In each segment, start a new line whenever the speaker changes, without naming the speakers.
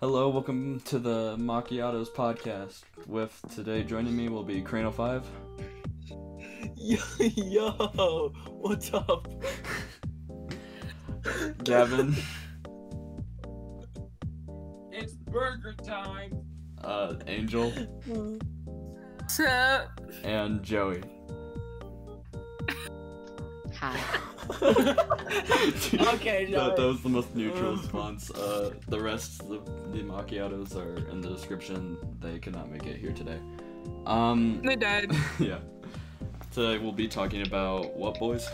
Hello, welcome to the Macchiatos podcast. With today joining me will be Crano Five.
Yo, yo, what's up?
Gavin,
It's burger time.
uh, Angel,
So,
and Joey.
Hi.
that,
Okay,
that
Joey.
was the most neutral response. Uh, the rest of the macchiatos are in the description. They could not make it here today. Um,
they died.
yeah. Today we'll be talking about what boys?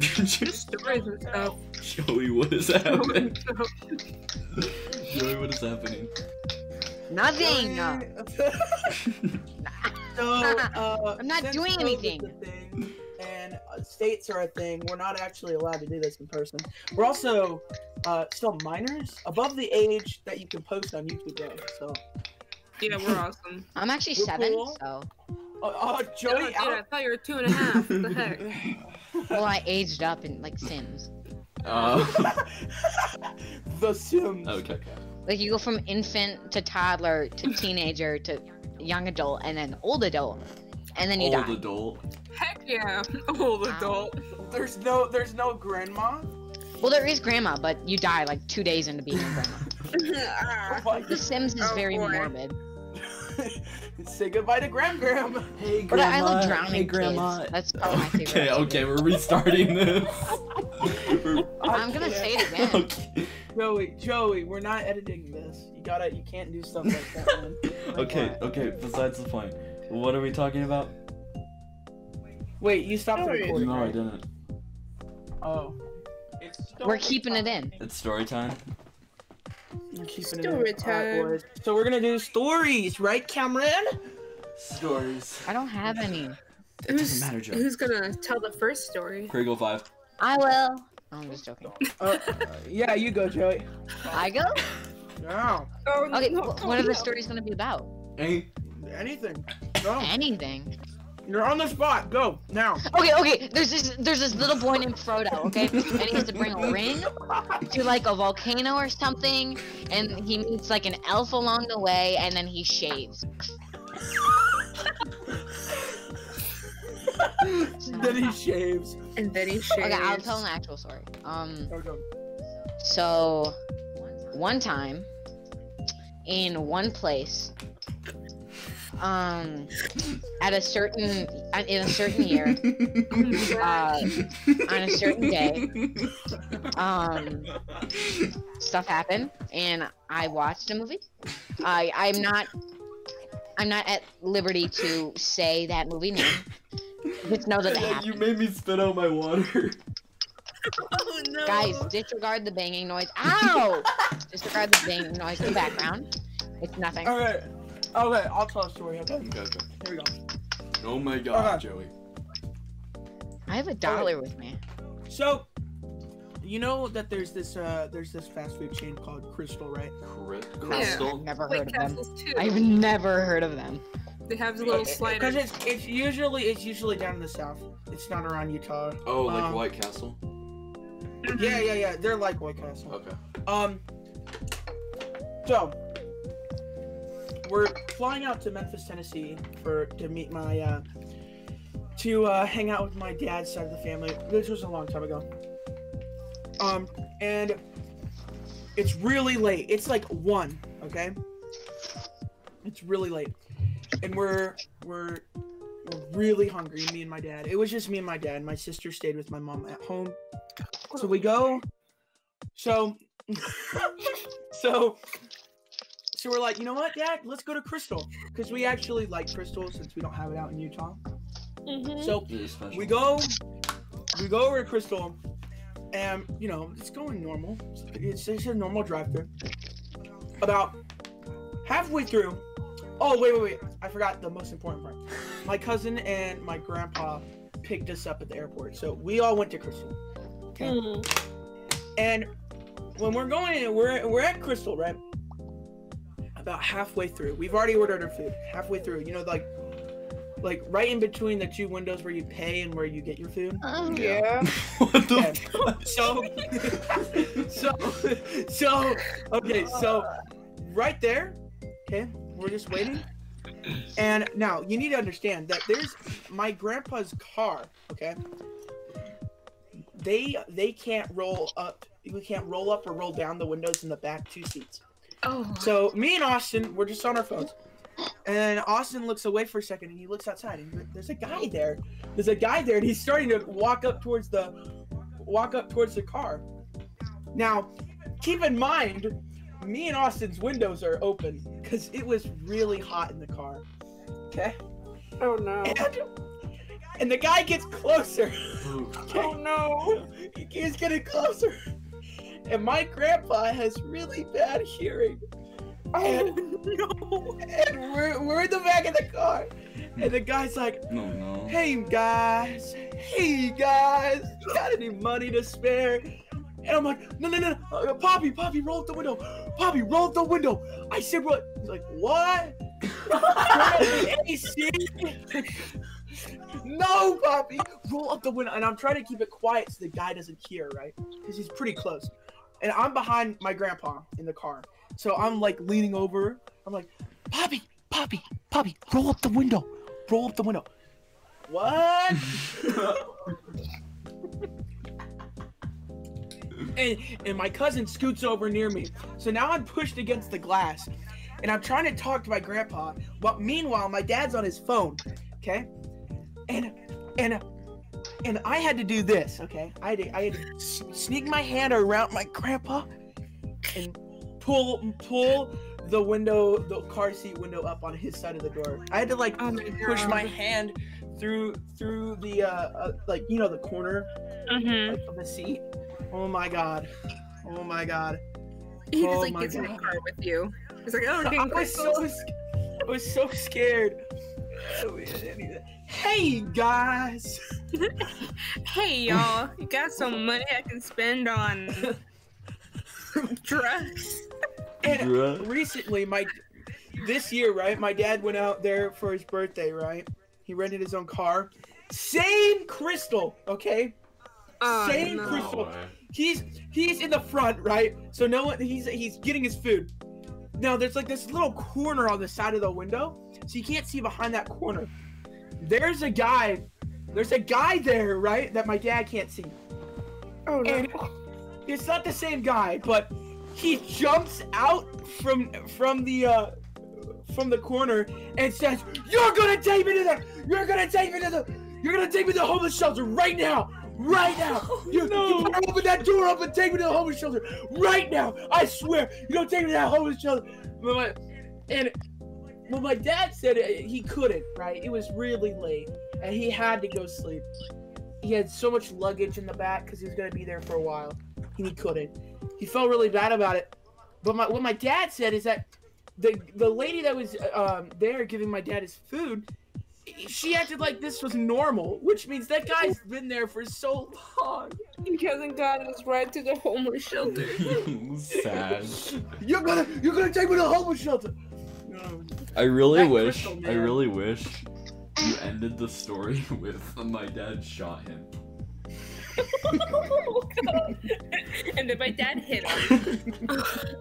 Stories and stuff.
Joey, what is happening? Joey, what is happening?
Nothing.
so, uh,
I'm not
since
doing
COVID's
anything.
a thing And uh, states are a thing. We're not actually allowed to do this in person. We're also uh, still minors, above the age that you can post on YouTube. Though, so,
yeah, we're awesome.
I'm actually
We're
seven,
cool. oh,
so
oh
Oh, dude,
Joey,
I thought you were two and a half. What the heck?
well, I aged up in like Sims.
Uh,
out. the Sims.
okay.
Like you go from infant to toddler to teenager to young adult and then old adult, and then you
Old
die.
adult.
Heck yeah. Old
Ow.
adult.
There's no, there's no grandma.
Well, there is grandma, but you die like two days into being a grandma.
Oh
Ah.
my
The Sims is
Oh,
very
boy.
morbid.
God. Say goodbye to Gram Gram.
Hey,
But I, I love drowning kids. That's probably Oh, my favorite.
Okay,
activity.
okay, we're restarting this. We're-
I'm gonna say it again.
okay.
Joey, Joey, we're not editing this. You gotta, you can't do stuff like that. Man. Like
okay,
that.
okay, besides the point. What are we talking about?
Wait, you stopped the
Joey.
recording.
No, I
right?
didn't.
Oh,
It's
We're keeping it in.
It's story time?
you're keeping it
Story
in. Alright,
time.
boys. So we're gonna do stories, right, Cameron?
Stories.
I don't have any.
It doesn't matter, Joe.
who's gonna tell the first story?
Kriegel 5.
I will. Oh, I'm just joking.
Uh, yeah, you go, Joey.
I go.
No,
Oh,
Okay,
no,
wh- what are
no.
the stories gonna be about?
Hey,
anything. No,
Anything.
you're on the spot. Go now.
Okay, okay. There's this there's this little boy named Frodo, okay? And he has to bring a ring to like a volcano or something, and he meets like an elf along the way, and then he shaves.
then he shaves.
And then he shares.
Okay, I'll tell an actual story. Um
Oh, no.
so one time in one place um at a certain in a certain year
Mm-hmm.
uh, on a certain day. Um, stuff happened, and I watched a movie. I I'm not I'm not at liberty to say that movie name. Just know that it
you
happened.
made me spit out my water.
oh, no.
Guys, disregard the banging noise. Ow! disregard the banging noise in the background. It's nothing.
All right. Okay, I'll tell a story. Okay,
Okay, okay.
here we go.
Oh my god,
Okay.
Joey.
I have a dollar with me.
So, you know that there's this uh there's this fast food chain called Crystal, right?
Cri-
I've
crystal?
never heard
White
of them.
Castles too.
I've never heard of them.
They have the little
Because
slider.
it's it's usually it's usually down in the south. It's not around Utah.
Oh, like
Um,
White Castle?
Yeah, yeah, yeah. They're like White Castle.
Okay.
Um. So we're flying out to Memphis, Tennessee, for to meet my uh, to uh, hang out with my dad's side of the family. This was a long time ago. Um, and it's really late. It's like one. Okay. It's really late, and we're we're really hungry. Me and my dad. It was just me and my dad. My sister stayed with my mom at home. So we go. So, so, so we're like, you know what, Dad? Let's go to Crystal because we actually like Crystal since we don't have it out in Utah. So
Really special.
we go, we go over to Crystal, and you know it's going normal. It's, it's a normal drive-through. About halfway through, oh wait, wait, wait! I forgot the most important part. My cousin and my grandpa picked us up at the airport, so we all went to Crystal. Mm-hmm.
Mm.
And when we're going in, we're we're at Crystal, right? About halfway through, we've already ordered our food. Halfway through, you know, like like right in between the two windows where you pay and where you get your food.
Oh,
Yeah. what the
Okay.
fuck?
So, so, so, okay, so, right there, okay, we're just waiting. And now you need to understand that there's my grandpa's car, okay. They they can't roll up. We can't roll up or roll down the windows in the back two seats.
Oh.
So me and Austin, we're just on our phones. And Austin looks away for a second, and he looks outside, and he- there's a guy there. There's a guy there, and he's starting to walk up towards the, walk up towards the car. Now, keep in mind, me and Austin's windows are open because it was really hot in the car. Okay.
Oh no.
And, and the guy gets closer.
Oh no.
He keeps getting closer. And my grandpa has really bad hearing.
Oh,
And, and we're, we're in the back of the car. And the guy's like,
No, no.
hey guys, hey guys, you got any money to spare? And I'm like, no, no, no, no. Uh, Poppy, Poppy, roll up the window. Poppy, roll up the window. I said, what? He's like, what? Turn up the AC? no, Poppy, roll up the window. And I'm trying to keep it quiet so the guy doesn't hear, right? Because he's pretty close. And I'm behind my grandpa in the car. So I'm like leaning over. I'm like, Poppy, Poppy, Poppy, roll up the window. Roll up the window. What? and and my cousin scoots over near me. So now I'm pushed against the glass, and I'm trying to talk to my grandpa. But meanwhile, my dad's on his phone. Okay, and and and I had to do this. Okay, I had to, I had to s- sneak my hand around my grandpa and pull pull the window, the car seat window up on his side of the door. I had to like
Oh my
push
God.
my hand through through the uh, uh like you know the corner
Mm-hmm.
like, of the seat. Oh my god. Oh my god.
He
Oh
just like
my
gets in the
God.
car with you. He's like, oh, I'm
I
getting
was
so...
so sc- I was so scared. Hey guys.
Hey y'all, you got some money I can spend on drugs?
And
Bruh.
recently my this year, right? My dad went out there for his birthday, right? He rented his own car. Same crystal, okay?
Oh,
Same
no.
Chris-
No way.
he's he's in the front, right? So no one he's he's getting his food. Now there's like this little corner on the side of the window, so you can't see behind that corner. There's a guy, there's a guy there, right? That my dad can't see.
Oh no.
And it's not the same guy, but he jumps out from from the uh from the corner and says, "You're gonna take me to the, you're gonna take me to the, you're gonna take me to the homeless shelter right now, right now. You, you better open that door up and take me to the homeless shelter right now. I swear, you don't take me to that homeless shelter." But my, and when my dad said it, he couldn't, right? It was really late, and he had to go sleep. He had so much luggage in the back because he was gonna be there for a while, and he couldn't. He felt really bad about it. But my, what my dad said is that the the lady that was um, there giving my dad his food, she acted like this was normal, which means that guy's been there for so long.
He hasn't got us right to the homeless shelter.
Sad.
You're gonna you're gonna take me to the homeless shelter. Um,
I really
That
wish.
crystal,
I
man.
really wish you ended the story with uh, my dad shot him.
and then my dad hit him.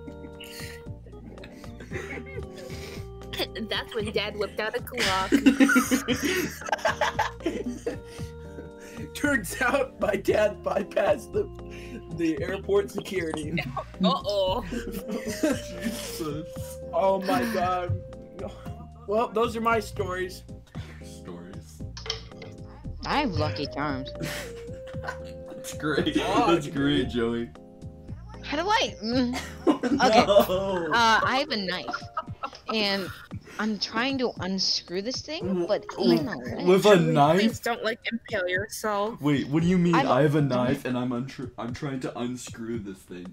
That's when dad whipped out a clock.
Turns out my dad bypassed the the airport security.
Uh oh.
Jesus.
oh my god. Well, those are my stories.
Stories.
I have lucky charms.
That's great.
God,
That's great, Joey.
How do I? Mm, uh,
No.
I have a knife, and I'm trying to unscrew this thing, but you know what?
With a knife?
Please don't like impale yourself.
Wait, what do you mean?
I'm-
I have a knife and I'm untr- I'm trying to unscrew this thing.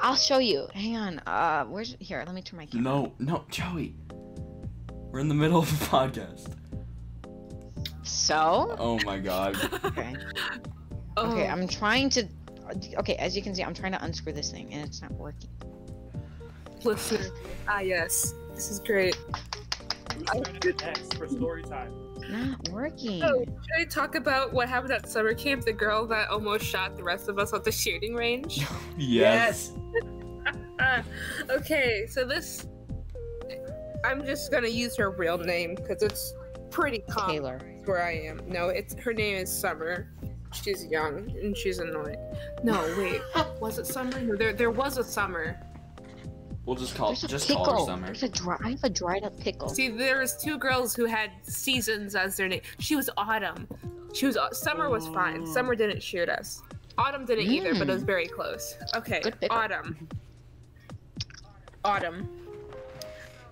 I'll show you. Hang on. Uh, where's here? Let me turn my camera.
No, no, Joey. We're in the middle of a podcast.
So
Oh my god.
okay,
Oh,
okay. I'm trying to. Okay, as you can see, I'm trying to unscrew this thing, and it's not working.
listener. Ah, yes. This is great.
who's turning it next for story time?
Not working.
Oh, should I talk about what happened at summer camp? The girl that almost shot the rest of us at the shooting range.
Yes.
Uh, okay, so this. I'm just gonna use her real name because it's pretty common
Taylor.
where I am. No, it's her name is Summer. She's young and she's annoying. No, wait, was it Summer? No, there, there was a Summer.
We'll just call
There's a
Oh, just
pickle.
call her Summer.
There's a dry, I have a dried up pickle.
See, there was two girls who had seasons as their name. She was Autumn. She was uh, Summer was fine. Summer didn't shoot us. Autumn didn't either, but it was very close. Okay,
Good pick.
Autumn. Autumn.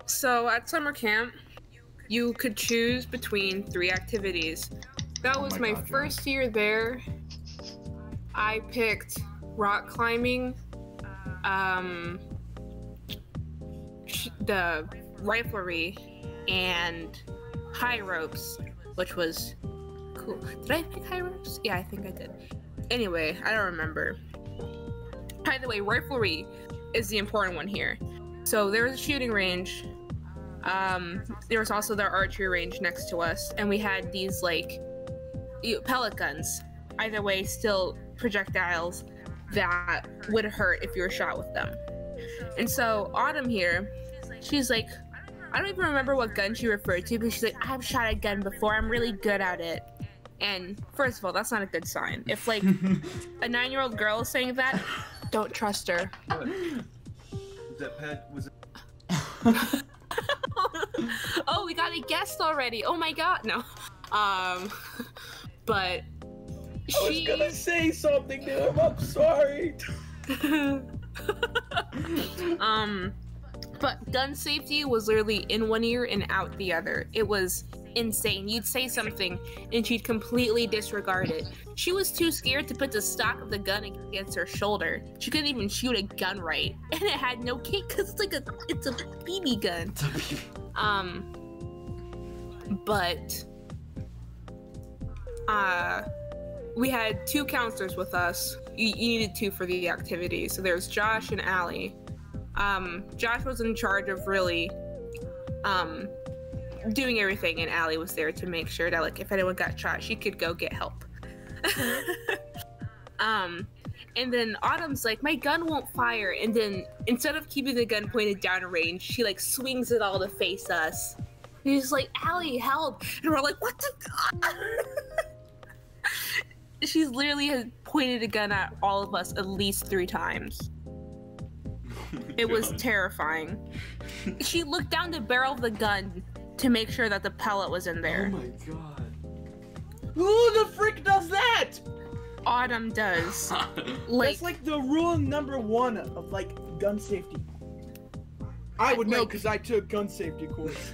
So at summer camp, you could choose between three activities. That
Oh
was
my
my,
God, you're
first year there. I picked rock climbing, um, sh- the riflery, and high ropes, which was cool. Did I pick high ropes? Yeah, I think I did. Anyway, I don't remember. By the way, riflery is the important one here. So there was a shooting range. Um, there was also the archery range next to us, and we had these like you- pellet guns. Either way, still projectiles that would hurt if you were shot with them. And so Autumn here, she's like, I don't even remember what gun she referred to, but she's like, I've shot a gun before. I'm really good at it. And first of all, that's not a good sign. If like a nine-year-old girl is saying that, don't trust her.
that pad was
oh, we got a guest already. Oh my god, no. Um, but
I was gonna
she.
say something to him. I'm sorry.
um, but gun safety was literally in one ear and out the other. It was insane. You'd say something and she'd completely disregard it. She was too scared to put the stock of the gun against her shoulder. She couldn't even shoot a gun right, and it had no kick because it's like a it's a BB gun. Um, but uh, we had two counselors with us. You, you needed two for the activity. So there's Josh and Allie. Um, Josh was in charge of really um, doing everything, and Allie was there to make sure that like if anyone got shot, she could go get help. um, and then Autumn's like, my gun won't fire. And then instead of keeping the gun pointed downrange, she like swings it all to face us. And she's like, Allie, help! And we're like, what the? she's literally has pointed a gun at all of us at least three times. It was terrifying. she looked down the barrel of the gun to make sure that the pellet was in
Oh
there.
my god.
Who the frick does that?
Autumn does. Like,
That's like the rule number one of like gun safety. I would know
Like-
because I took gun safety course.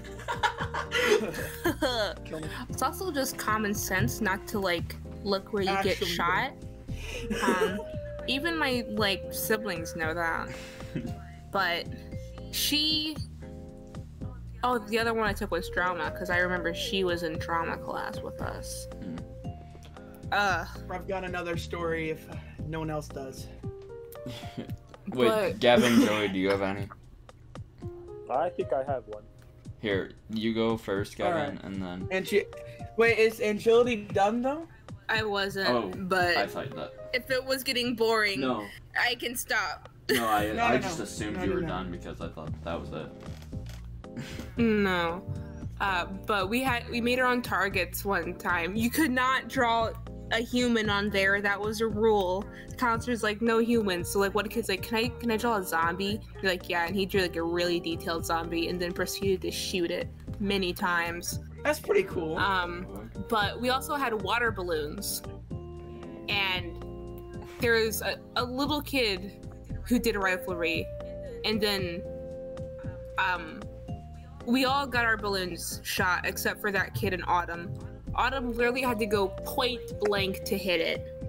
Kill me.
It's also just common sense not to like look where you get
Actually,
shot. Um, even my like siblings know that. But she. Oh, the other one I took was drama because I remember she was in drama class with us.
Hmm.
Uh,
I've got another story if uh, no one else does.
Wait,
but
Gavin, Joey, do you have any?
I think I have one.
Here, you go first, Gavin,
Alright.
and then
And she, wait, is agility done though?
I wasn't.
Oh,
but
I thought that.
if it was getting boring,
No,
I can stop.
no, I,
No,
I
no,
just
no.
assumed
No,
you
no,
were
no.
done because I thought that was it.
No. Uh, but we had we made our own targets one time. You could not draw a human on there. That was a rule. The counselor's like, no humans. So like one kid's like, Can I can I draw a zombie? You're like, yeah, and he drew like a really detailed zombie and then proceeded to shoot it many times.
That's pretty cool.
Um but we also had water balloons. And there was a, a little kid who did riflery, and then um, we all got our balloons shot except for that kid in Autumn. Autumn literally had to go point blank to hit it.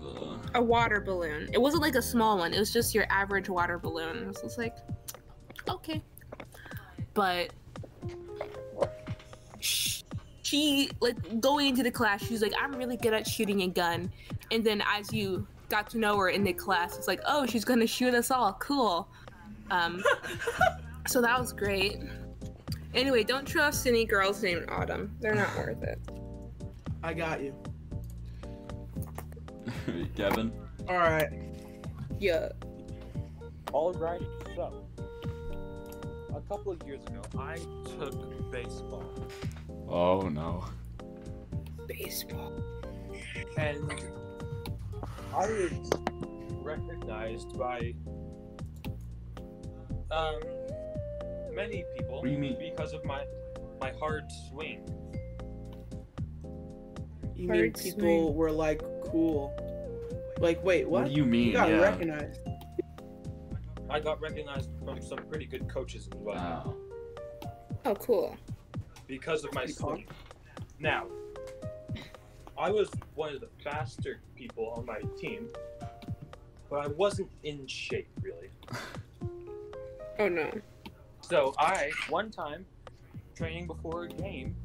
Ugh.
A water balloon. It wasn't like a small one, it was just your average water balloon. So it's like, okay. But sh- she, like, going into the class, she was like, I'm really good at shooting a gun. And then as you got to know her in the class, it's like, oh, she's gonna shoot us all. Cool. Um, so that was great. Anyway, don't trust any girls named Autumn. They're not worth it.
I got you.
Gavin.
All right.
Yeah.
Alrighty, so a couple of years ago, I took baseball,
Oh no.
Baseball.
and I was recognized by um, many people
What do you mean?
because of my my hard swing.
You mean
Hard
people were like cool? Like, wait,
What,
what?
do you mean?
You got
yeah.
recognized.
I got recognized from some pretty good coaches as well
Wow.
Oh, cool.
because of my
Pretty cool.
swing. Now, I was one of the faster people on my team, but I wasn't in shape really.
Oh no.
So I one time training before a game,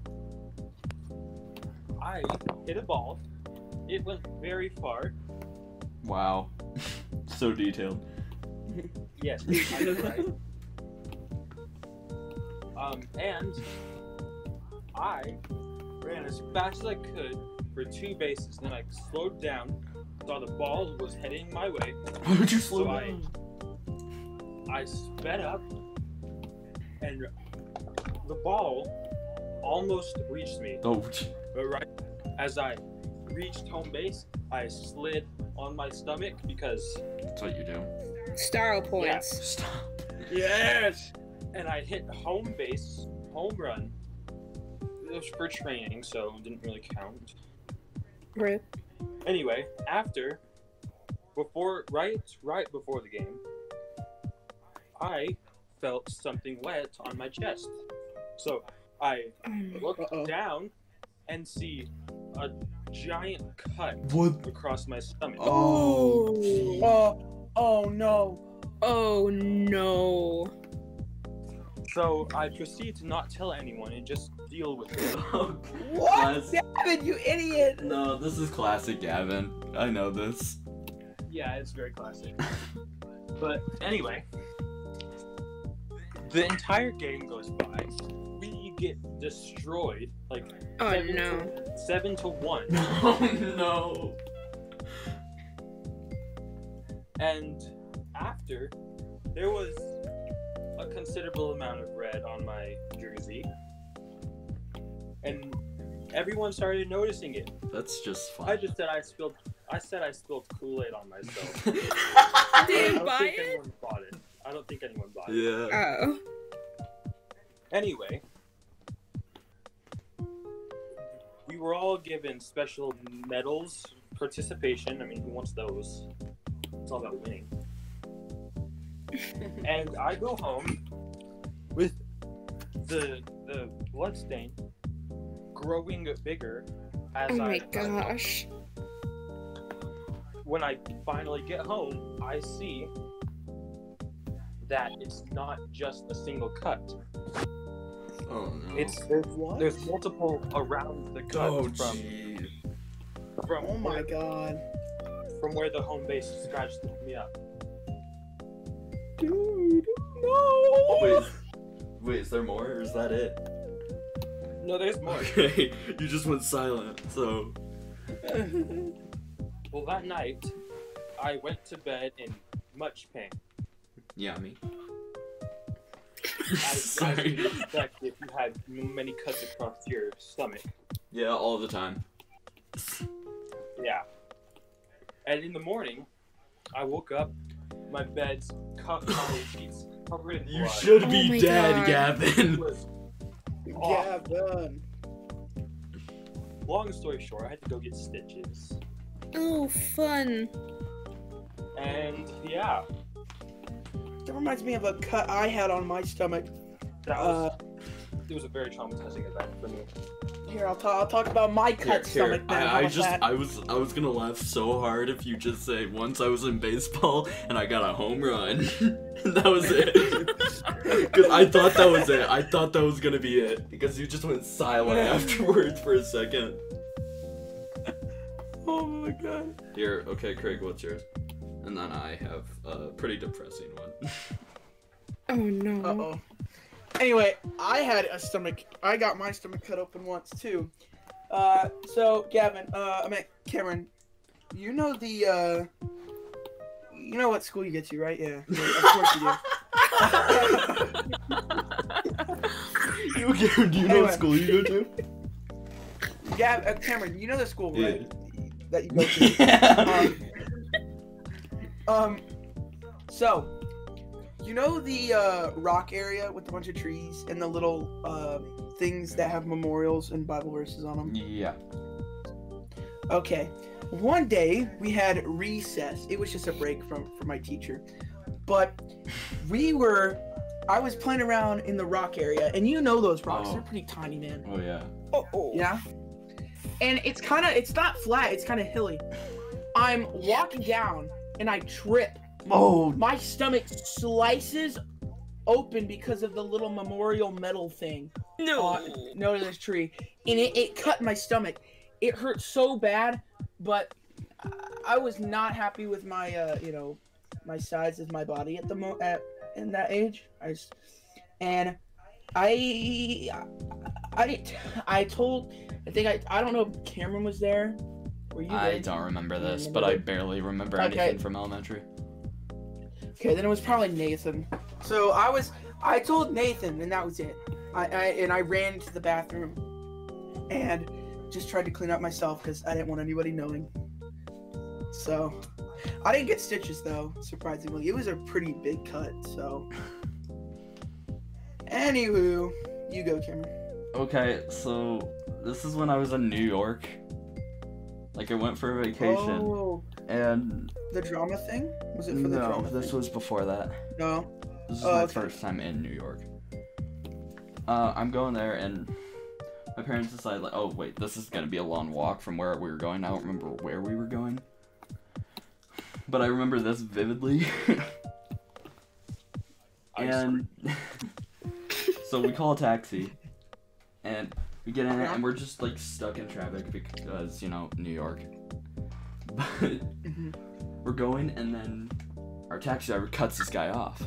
I hit a ball. It went very far.
Wow. so detailed.
Yes, I was right. Um, and I ran as fast as I could for two bases. Then I slowed down, saw the ball was heading my way.
Why would you
So
slow
I-
down?
I sped up, and the ball almost reached me.
Oh, gee.
But right as I reached home base, I slid on my stomach because,
that's what you do.
Star points.
Stop.
Yes.
and I hit home base, home run. It was for training, so it didn't really count.
Rip.
Anyway, after, before, right, right before the game, I felt something wet on my chest. So I
Um,
look
Uh-oh.
down and see a giant cut
What?
across my stomach.
Oh.
Oh, oh no.
Oh no.
So I proceed to not tell anyone and just deal with it.
What,
Guys.
Gavin? You idiot.
No, this is classic Gavin. I know this.
yeah, it's very classic. but anyway, the entire game goes by. We get destroyed, like
Oh
seven
no.
to, seven to one,
Oh no.
and after there was a considerable amount of red on my jersey, and everyone started noticing it.
That's just fine.
I just said I spilled. I said I spilled Kool Aid on myself.
Did you
I don't
buy
think
it?
anyone bought it. I don't think anyone bought it.
yeah.
Oh.
Anyway, we were all given special medals, participation. I mean, who wants those? It's all about winning. and I go home with the the blood stain growing bigger as
Oh
I uh,
my gosh.
when I finally get home, I see that it's not just a single cut.
Oh no.
It's there's,
What?
there's multiple around the cut
oh
from
gee.
from
Oh my
where,
god.
from where the home base scratched me up.
Dude, no.
Wait. Wait, is there more or is that it?
No, there's more.
Okay, you just went silent, so.
well, that night, I went to bed in much pain.
Yeah, me.
I, As
Sorry.
you would expect if you had m- many cuts across your stomach.
Yeah, all the time.
Yeah. And in the morning, I woke up, my bed's cup my sheets covered in blood.
You should
Oh
be
my
dead,
God.
It
Gavin.
was-
Oh.
Yeah, Gavin.
long story short, I had to go get stitches.
Oh fun.
And yeah,
That reminds me of a cut I had on my stomach.
that
Uh,
was, it was a very traumatizing event for me.
here, I'll talk. I'll talk about my cut
Here, here.
stomach. now.
I,
How
I
about
just,
that?
I was, I was gonna laugh so hard if you just say, "Once I was in baseball and I got a home run," and that was it. Because I thought that was it. I thought that was gonna be it. Because you just went silent afterwards for a second.
Oh my god.
Here, okay, Craig, what's yours? And then I have a pretty depressing one.
Oh no.
Uh oh. Anyway, I had a stomach. I got my stomach cut open once too. Uh, so Gavin, uh, I mean Cameron, you know the, uh, you know what school you get to, right? Yeah, yeah, of course you do.
You, do you know
Anyway.
what school you go to?
Gav, uh, Cameron, you know the school,
Yeah.
right? That you go to. Um, so you know the uh, rock area with a bunch of trees and the little uh, things that have memorials and Bible verses on them.
yeah.
Okay. One day we had recess. It was just a break from from my teacher, but we were. I was playing around in the rock area, and you know those rocks.
Oh.
They're pretty tiny, man.
Oh yeah.
Yeah. And it's kind of it's not flat. It's kind of hilly. I'm walking down and I trip.
Oh.
My stomach slices open because of the little memorial metal thing uh,
Oh.
no to this tree, and it, it cut my stomach. It hurt so bad, but I- I was not happy with my uh, you know my size of my body at the mo at in that age. I s- and I I didn't- I told I think I I don't know if Cameron was there. Were you
I
there?
don't remember this, but I barely remember
Okay.
anything from elementary.
Okay, then it was probably Nathan. So I was, I told Nathan, and that was it. I, I and I ran to the bathroom, and just tried to clean up myself because I didn't want anybody knowing. So, I didn't get stitches though. Surprisingly, it was a pretty big cut. So, anywho, you go, Cameron.
Okay, so this is when I was in New York. Like I went for a vacation,
Oh,
and
the drama thing was it for the
no,
drama?
this
thing?
was before that.
no.
This is
Oh,
my
okay.
first time in New York. Uh, I'm going there, and my parents decide like, oh wait, this is gonna be a long walk from where we were going. I don't remember where we were going, but I remember this vividly. and so we call a taxi, and we get in it, and we're just like stuck in traffic because you know New York. But
Mhm.
we're going, and then our taxi driver cuts this guy off.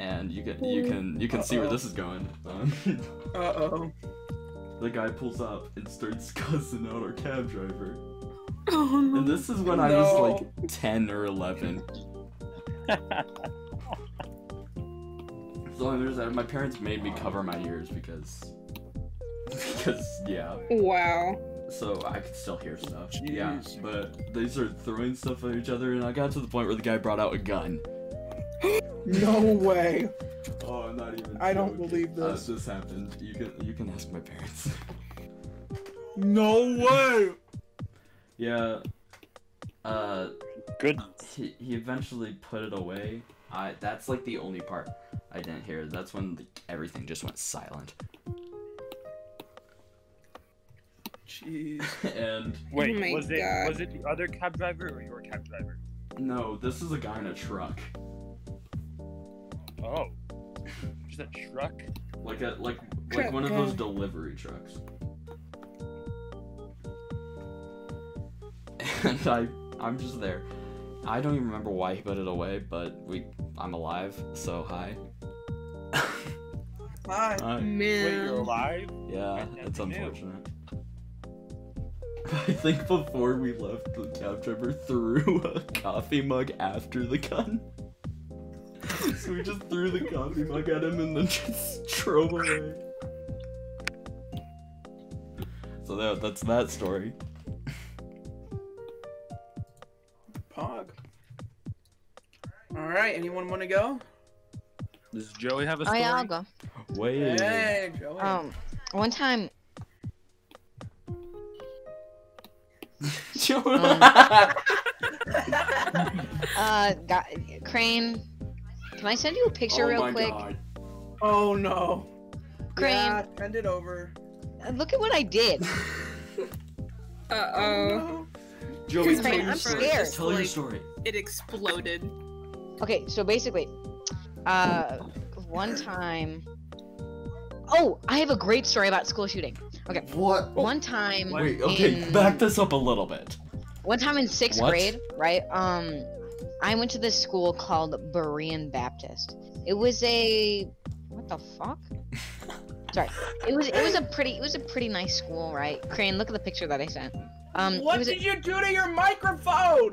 And you can you can you can see where
Uh-oh.
this is going. Um,
Uh oh.
the guy pulls up and starts cussing out our cab driver.
Oh, no.
And this is when I was
No.
like ten or eleven. so I was my parents made me cover my ears because because yeah.
Wow.
so I could still hear stuff. Yeah, but they started throwing stuff at each other, and I got to the point where the guy brought out a gun.
No way.
Oh, I'm not even.
I don't believe
Uh,
this.
this happened. You can you can ask my parents.
No way.
yeah. Uh,
Good.
he, he eventually put it away. I that's like the only part I didn't hear. That's when like, everything just went silent.
Jeez.
and
Wait,
Oh my
was it
God.
was it the other cab driver or your cab driver?
no, this is a guy in a truck.
Oh, just a truck.
Like a like like
Truck
one of those
guy.
delivery trucks. And I I'm just there. I don't even remember why he put it away, but we I'm alive, so hi. Uh,
Hi.
Hi.
Wait, you're
Man.
alive?
Yeah,
That's
it's
new.
unfortunate. I think before we left, the cab driver threw a coffee mug after the gun. so we just threw the coffee mug at him and then just drove away. So that, that's that story.
Pog. All right, anyone want to go?
Does Joey have a
Oh
story?
yeah, I'll go.
Wait.
Hey, Joey.
Um, one time
Joe-
Uh, got, Crane, can I send you a picture
oh
real
my
quick?
god.
oh no.
Crane,
Yeah, send it over.
uh, look at what I did.
Uh oh.
Um,
Joey,
Crane,
tell your
I'm
story.
scared.
Tell your
Like-
story.
It exploded.
Okay, so basically, uh, one time. Oh, I have a great story about school shooting.
What?
One time,
Oh. Wait, okay,
in-
back this up a little bit.
one time in sixth
What?
grade, right? Um, I went to this school called Berean Baptist. It was a the fuck? Sorry. It was it was a pretty it was a pretty nice school, right? Crane, look at the picture that I sent. Um, it
what
was a-
did you do to your microphone? Oh,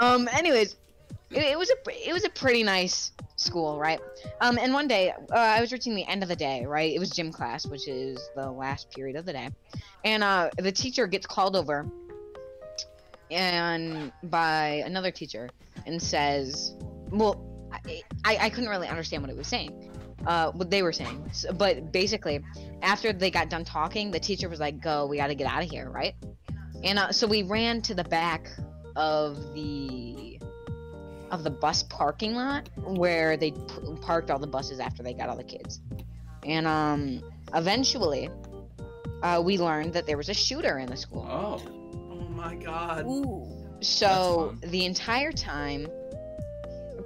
um anyways it, it was a it was a pretty nice school right um and one day uh, i was reaching the end of the day right it was gym class which is the last period of the day and uh the teacher gets called over and by another teacher and says well i i, I couldn't really understand what it was saying uh, what they were saying, so, but basically, after they got done talking, the teacher was like, "Go, we got to get out of here, right?" And uh, so we ran to the back of the of the bus parking lot where they p- parked all the buses after they got all the kids. And um, eventually, uh, we learned that there was a shooter in the school.
Oh.
Oh my god.
Ooh.
So
That's
the entire time,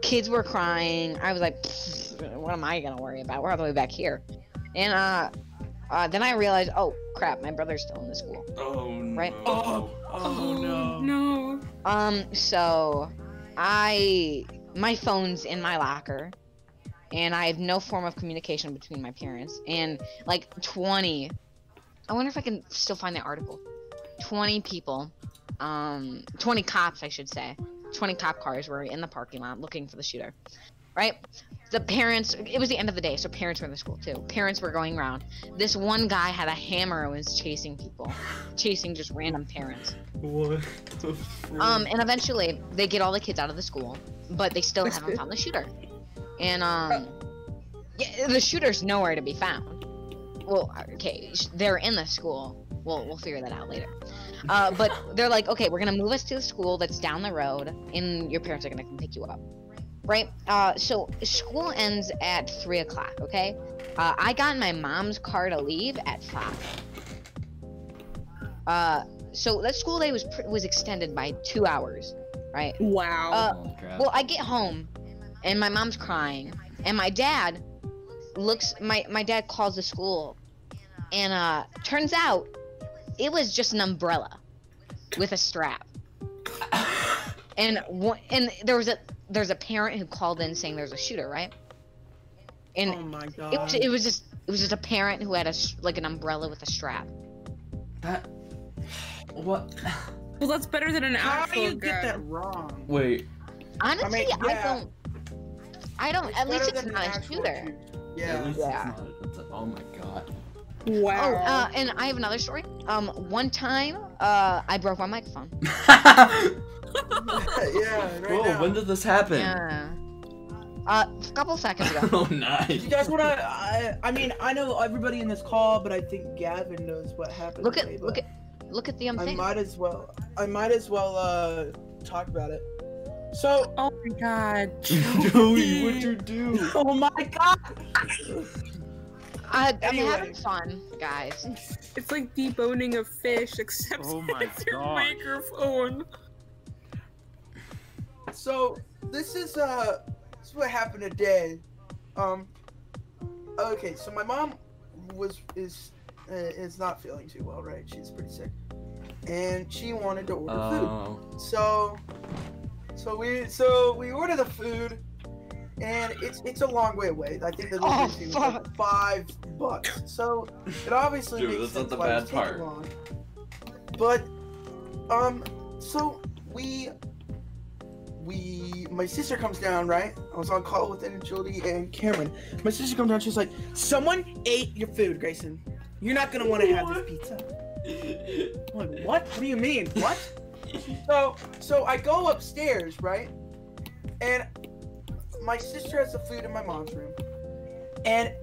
kids were crying. I was like, "Pfft, "What am I gonna worry about? We're all the way back here." And uh, uh, then I realized, "Oh crap, my brother's still in the school."
Oh no.
Right.
Oh, oh no.
No.
Um, so I my phone's in my locker and I have no form of communication between my parents and like 20 I wonder if I can still find that article. 20 people um 20 cops I should say. 20 cop cars were in the parking lot looking for the shooter. Right? The parents it was the end of the day so parents were in the school too. Parents were going around. This one guy had a hammer and was chasing people. Chasing just random parents.
What the frick?
Um, and eventually they get all the kids out of the school, but they still haven't found the shooter. And um, yeah, the shooter's nowhere to be found. Well, okay, sh- they're in the school. We'll we'll figure that out later. Uh, but they're like, okay, we're gonna move us to the school that's down the road, and your parents are gonna come pick you up, right? Uh, so school ends at three o'clock. Okay, uh, I got in my mom's car to leave at five. Uh, so that school day was pr- was extended by two hours, right?
Wow.
Uh,
Holy crap.
Well, I get home, and my mom's crying, and my dad looks. My my dad calls the school, and uh, turns out it was just an umbrella with a strap. and one, and there was a there's a parent who called in saying there's a shooter, right? And
Oh my god.
it was it was just it was just a parent who had a s- like an umbrella with a strap.
That. What?
well, that's better than an
How
actual
do you get
gun.
that wrong?
Wait.
Honestly, I,
yeah.
don't. I don't. at least
Better
it's
than
not
an
a
actual
shooter.
shoot.
At
Yeah.
least
Yeah.
it's not. It's oh my god.
Oh,
Wow.
uh, and I have another story. Um, one time, uh, I broke my microphone.
yeah. Right
Whoa,
now.
when did this happen?
Yeah. Uh, a couple seconds ago.
oh,
Do
nice.
you guys want to? I, I mean, I know everybody in this call, but I think Gavin knows what happened.
Look
today,
at,
but
look at, look at the um
I
thing.
might as well. I might as well uh talk about it. So,
oh my god.
Joey, what'd you do?
oh my god,
I, I'm
anyway.
having fun, guys. Uh,
It's like deboning a fish, except
Oh my
it's your
God.
microphone.
So this is uh this is what happened today. Um okay, so my mom was is uh, is not feeling too well, right? She's pretty sick. And she wanted to order
Oh.
food. So so we so we order the food and it's it's a long way away. I think the
Oh,
delivery fee was like five bucks. So it obviously
Dude,
makes
that's not
sense
the
why
bad
it's taking
part.
long. But um so we we my sister comes down right i was on call with Aunt Julie and cameron my sister comes down she's like someone ate your food grayson you're not gonna want to have this pizza I'm like what what do you mean what so so i go upstairs right and my sister has the food in my mom's room and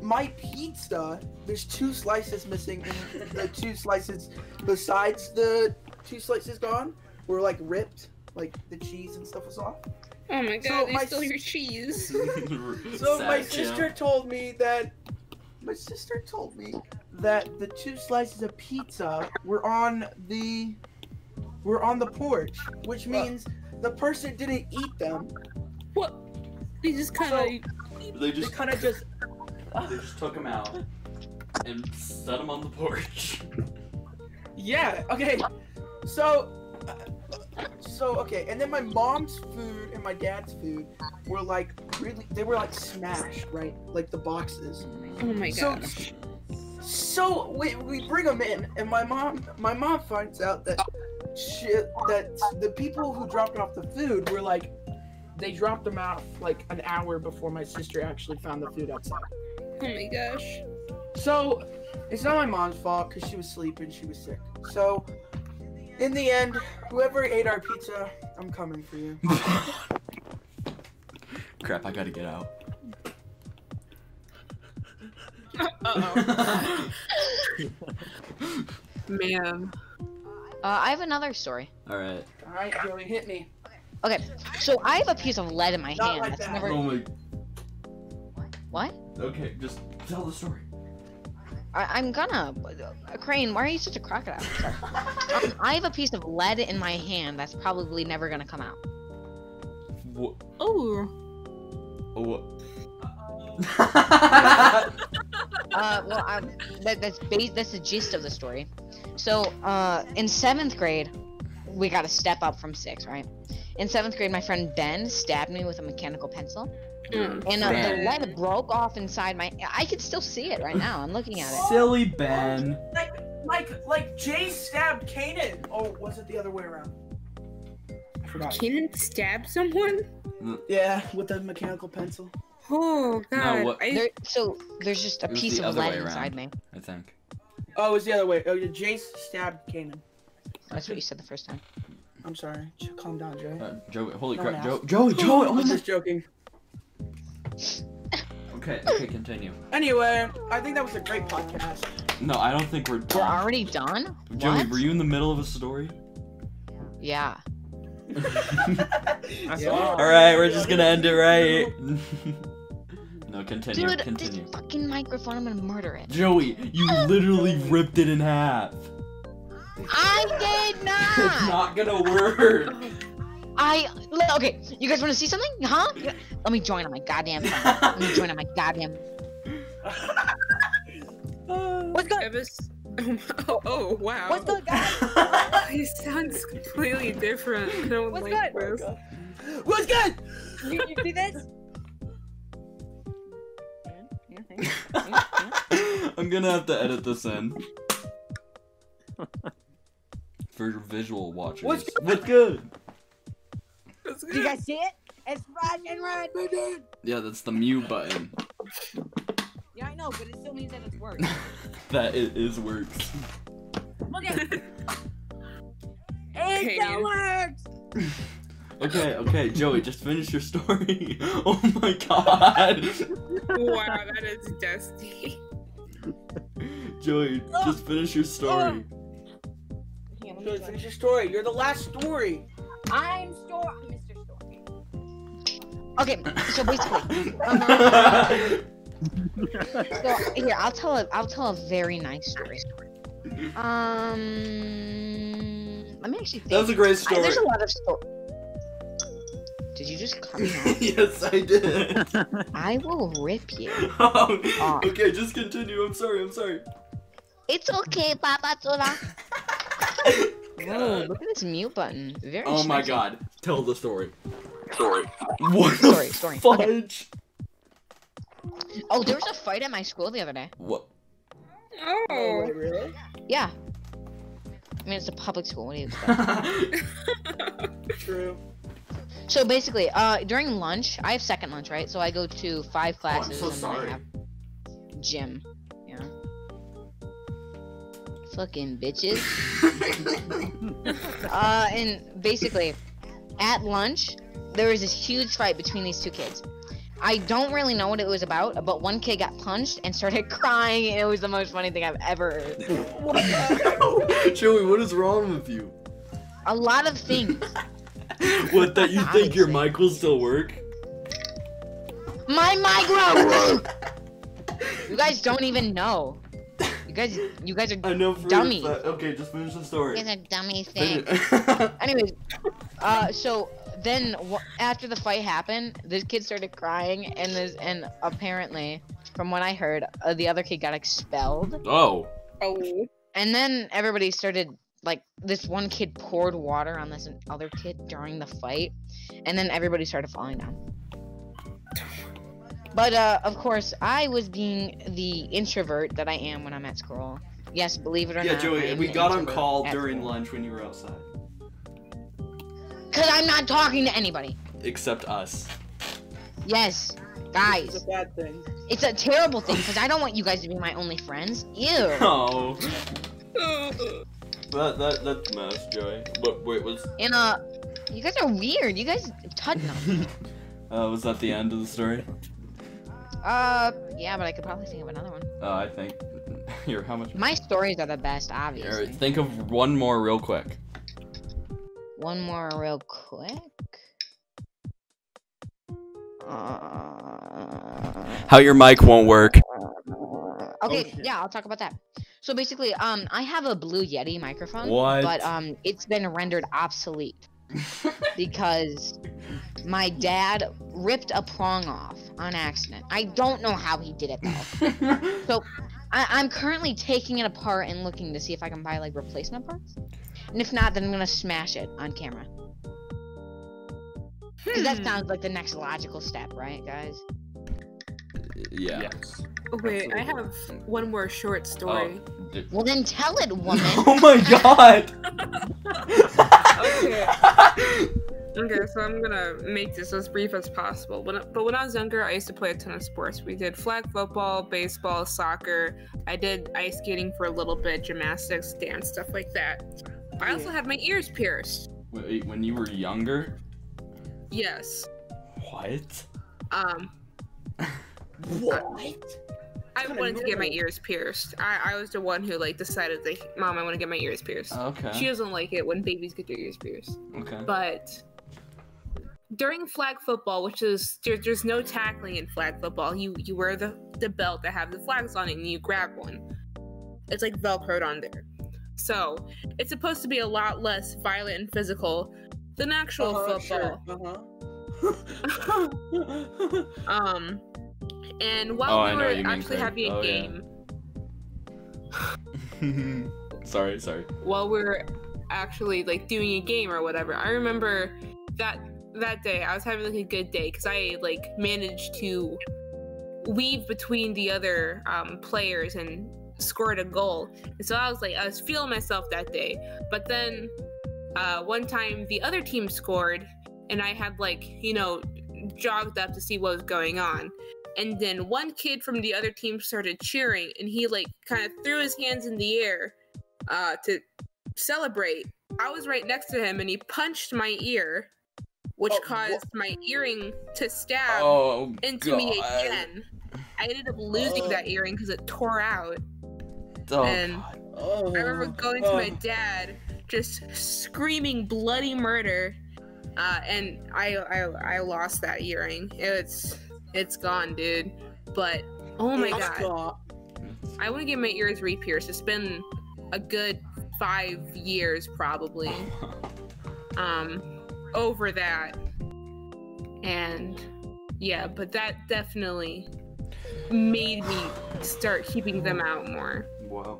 my pizza there's two slices missing and the two slices besides the two slices gone were like ripped like the cheese and stuff was off
Oh my god,
So
they
my
stole
s-
your cheese.
so my
Sad
sister told me that my sister told me that the two slices of pizza were on the were on the porch, which means the person didn't eat them.
What? They just kind of.
champ. They
They
just
kind of just
they just took him out and set him on the porch.
yeah. Okay, so uh, so okay, and then my mom's food and my dad's food were like really they were like smashed, right? Like the boxes.
Oh my
So-
gosh.
So we, we bring them in, and my mom my mom finds out that she, that the people who dropped off the food were like they dropped them off like an hour before my sister actually found the food outside.
Oh my gosh.
So it's not my mom's fault because she was sleeping, she was sick. So in the end, whoever ate our pizza, I'm coming for you.
Crap, I gotta get out.
Uh-oh. Man.
Uh, I have another story.
Alright.
Alright, Joey, hit me.
Okay, so I have a piece of lead in my
Not
hand.
like
That's
that.
never
Oh my.
what?
Okay, just tell the story.
I- I'm gonna. Uh, Crane, why are you such a crocodile? Sorry. um, I have a piece of lead in my hand that's probably never gonna come out.
What?
Oh.
What?
Uh, well, I, that, that's ba- that's the gist of the story. So, uh, in seventh grade, we got to step up from six, right? In seventh grade, my friend Ben stabbed me with a mechanical pencil, and uh, the
Ben.
lead broke off inside my. I can still see it right now. I'm looking at it.
Silly Ben.
Like, like, like Jay stabbed Kanan. Oh, was it the other way around? I forgot.
Kanan stabbed someone?
Yeah, with a mechanical pencil.
Oh god.
what-
I-
There, so there's just a
It was
piece
the
of
other
lead
way around.
inside me.
I think.
Oh, it was the other way. Oh, yeah, Jay stabbed Kanan.
That's what you said the first time.
I'm sorry. Ch- Calm down, Joey.
Uh, Joey, holy
No
crap,
one
Joe,
asked.
Joey, Joey, oh
I'm
my.
just joking.
Okay, okay, continue.
Anyway, I think that was a great podcast.
No, I don't think we're done.
We're already done.
Joey,
What?
were you in the middle of a story?
Yeah.
Yeah.
All right, we're just gonna end it right. no, continue,
Dude,
continue.
this fucking microphone, I'm gonna murder it.
Joey, you literally ripped it in half.
I did
It's not
not.
gonna work.
I l- okay. You guys want to see something? Huh? You- Let me join on my goddamn phone. Let me join on my goddamn.
What's good?
Travis- Oh, oh, oh, wow.
What's good, guys?
He sounds completely different. I don't
What's
like
good?
this.
What's good?
you, you do this?
I'm gonna have to edit this in. For visual watchers.
What's good?
What's good?
What's
Do you
good?
guys see it? It's red and red, baby.
Yeah, that's the mute button.
Yeah, I know, but it still means that it's work.
That it is works.
Okay.
Okay.
It still works.
Okay, okay, Joey, just finish your story. Oh my god.
Wow, that is dusty.
Joey, just finish your story.
Hang on, let
Joey,
me go.
finish your story. You're the last story.
I'm store, Mr. Story.
Okay, so basically, so here I'll tell a I'll tell a very nice story. Um, let me actually think.
that was a great
I-
story.
there's a lot of story. Did you just cut me off?
yes, I did.
I will rip you. Ah.
Oh, okay, just continue. I'm sorry, I'm sorry.
It's okay, Papa Tola. Whoa, look at this mute button. Very.
Oh my
sexy.
god, tell the story. Story. What the
Story, story. Okay.
fudge?
Oh, there was a fight at my school the other day.
What?
Oh.
really?
Yeah. I mean, it's a public school. What do you expect?
True.
So basically, uh, during lunch, I have second lunch, right? So I go to five classes.
Oh, so
and then
sorry.
I have gym. Yeah. Fucking bitches. uh, and basically, at lunch, there was this huge fight between these two kids. I don't really know what it was about, but one kid got punched and started crying, and it was the most funny thing I've ever heard.
Joey, what is wrong with you?
A lot of things.
What, that you think your
Obviously.
mic will still work?
My migraine. you guys don't even know. You guys, you guys are,
I know for a
Dummy.
fact- Okay, just finish the
you
story.
guys are dummy
Finish-
things. Anyways, uh, so then wh- after the fight happened, this kid started crying, and this, and apparently, from what I heard, uh, the other kid got expelled,
oh.
Oh.
and then everybody started like this one kid poured water on this other kid during the fight, and then everybody started falling down. But uh, of course, I was being the introvert that I am when I'm at school. Yes, believe it or
yeah,
not. I
Joey,
am
we
an
got on
introvert
call
at
during
school.
lunch when you were outside.
Cause I'm not talking to anybody.
Except us.
Yes,
It's
guys,
a bad thing.
it's a terrible thing because I don't want you guys to be my only friends. Ew.
Oh. That, that, that's a mess, Joey. What, wait, was,
And uh, you guys are weird. You guys touch no.
uh, was that the end of the story?
Uh, yeah, but I could probably think of another one.
Uh, I think. Here, how much?
My stories are the best, obviously.
Alright, think of one more real quick.
One more real quick. Uh,
How your mic won't work.
okay, yeah, I'll talk about that. So basically, um, I have a Blue Yeti microphone,
What?
but um, it's been rendered obsolete because my dad ripped a prong off on accident. I don't know how he did it though. so I- I'm currently taking it apart and looking to see if I can buy like replacement parts, and if not, then I'm gonna smash it on camera. Because that sounds like the next logical step, right, guys?
Yeah.
Yes.
Oh. Wait, I have one more short story.
Well, then tell it, woman.
Oh my god!
Okay. okay, so I'm gonna make this as brief as possible. When, but when I was younger, I used to play a ton of sports. We did flag football, baseball, soccer. I did ice skating for a little bit, gymnastics, dance, stuff like that. I also had my ears pierced.
Wait, when you were younger?
Yes.
What?
Um,
What?
I wanted to get my ears pierced. I, I was the one who like decided like, mom, I want to get my ears pierced.
Okay.
She doesn't like it when babies get their ears pierced.
okay.
But during flag football, which is there, there's no tackling in flag football, you you wear the, the belt that have the flags on it and you grab one. It's like velcroed on there. So it's supposed to be a lot less violent and physical than actual
Uh-huh,
football.
sure, uh-huh.
Um, and
Oh,
while
I
we
know
were
what you mean,
actually
Craig.
having a
Oh, yeah.
game,
sorry, sorry.
while we were actually like doing a game or whatever, I remember that that day I was having like a good day because I like managed to weave between the other um, players and scored a goal. And so I was like, I was feeling myself that day. But then uh, one time the other team scored, and I had like you know jogged up to see what was going on. And then one kid from the other team started cheering, and he like kind of threw his hands in the air uh, to celebrate. I was right next to him, and he punched my ear, which
Oh, wha-
caused my earring to stab
Oh,
into me
God.
again. I ended up losing
Oh.
that earring because it tore out.
Oh,
and
Oh,
I remember going to my
oh.
dad, just screaming bloody murder, uh, and I, I I lost that earring. It's it's gone, dude. But oh my
It's
god,
gone.
I want to get my ears re-pierced. It's been a good five years probably um over that and yeah but that definitely made me start keeping them out more
Wow.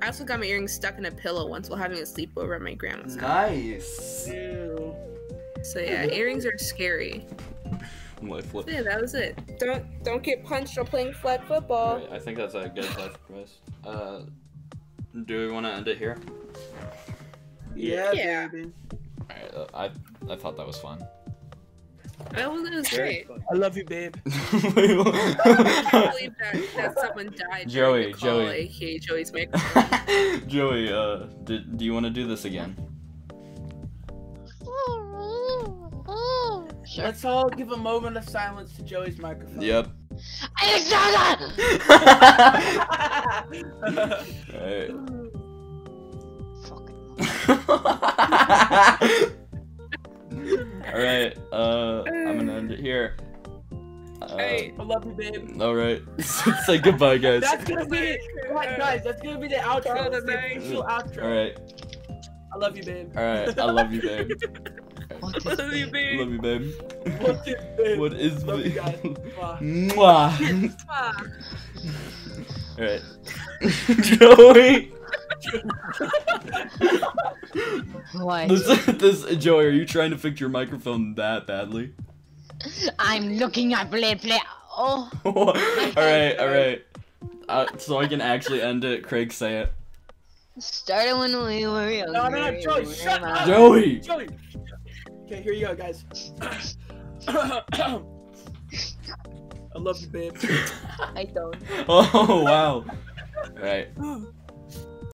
i also got my earrings stuck in a pillow once while having a sleepover at my grandma's house
Nice.
Ew.
so yeah earrings are scary
Life
So, yeah that was it don't don't get punched while playing flag football
I think that's a good life advice. Uh, do we want to end it here?
Yeah,
Yeah.
baby.
Alright, uh, I I thought that was fun.
that was, it was great
I love you, babe.
I can't believe that, that someone died.
Joey,
during the call,
Joey.
aka Joey's make.
Joey, uh, do, do you want to do this again?
Sure.
Let's all give a moment of silence to Joey's microphone.
Yep.
Alexandra!
Alright.
Fuck.
Alright, uh, I'm gonna end it here. Uh,
Hey,
I love you, babe.
Alright. Say goodbye, guys.
That's gonna be it. Guys, that's gonna be the outro.
Oh,
That's the
thanks.
official outro.
Alright,
I love you, babe.
alright. I love you, babe.
What is
love you,
this?
babe.
Love you, babe.
What's it, babe?
What is
Love you
me?
guys. Mwah.
Mwah.
Fuck.
Alright. Joey.
What?
This, this Joey, are you trying to fix your microphone that badly?
I'm looking at play play. Oh,
all right, all right. Uh, so I can actually end it. Craig, say it.
started when we were young.
No, no, no, Joey, shut up!
Joey!
Joey! Okay, here you go, guys. I love you, babe.
I don't.
Oh wow. All right.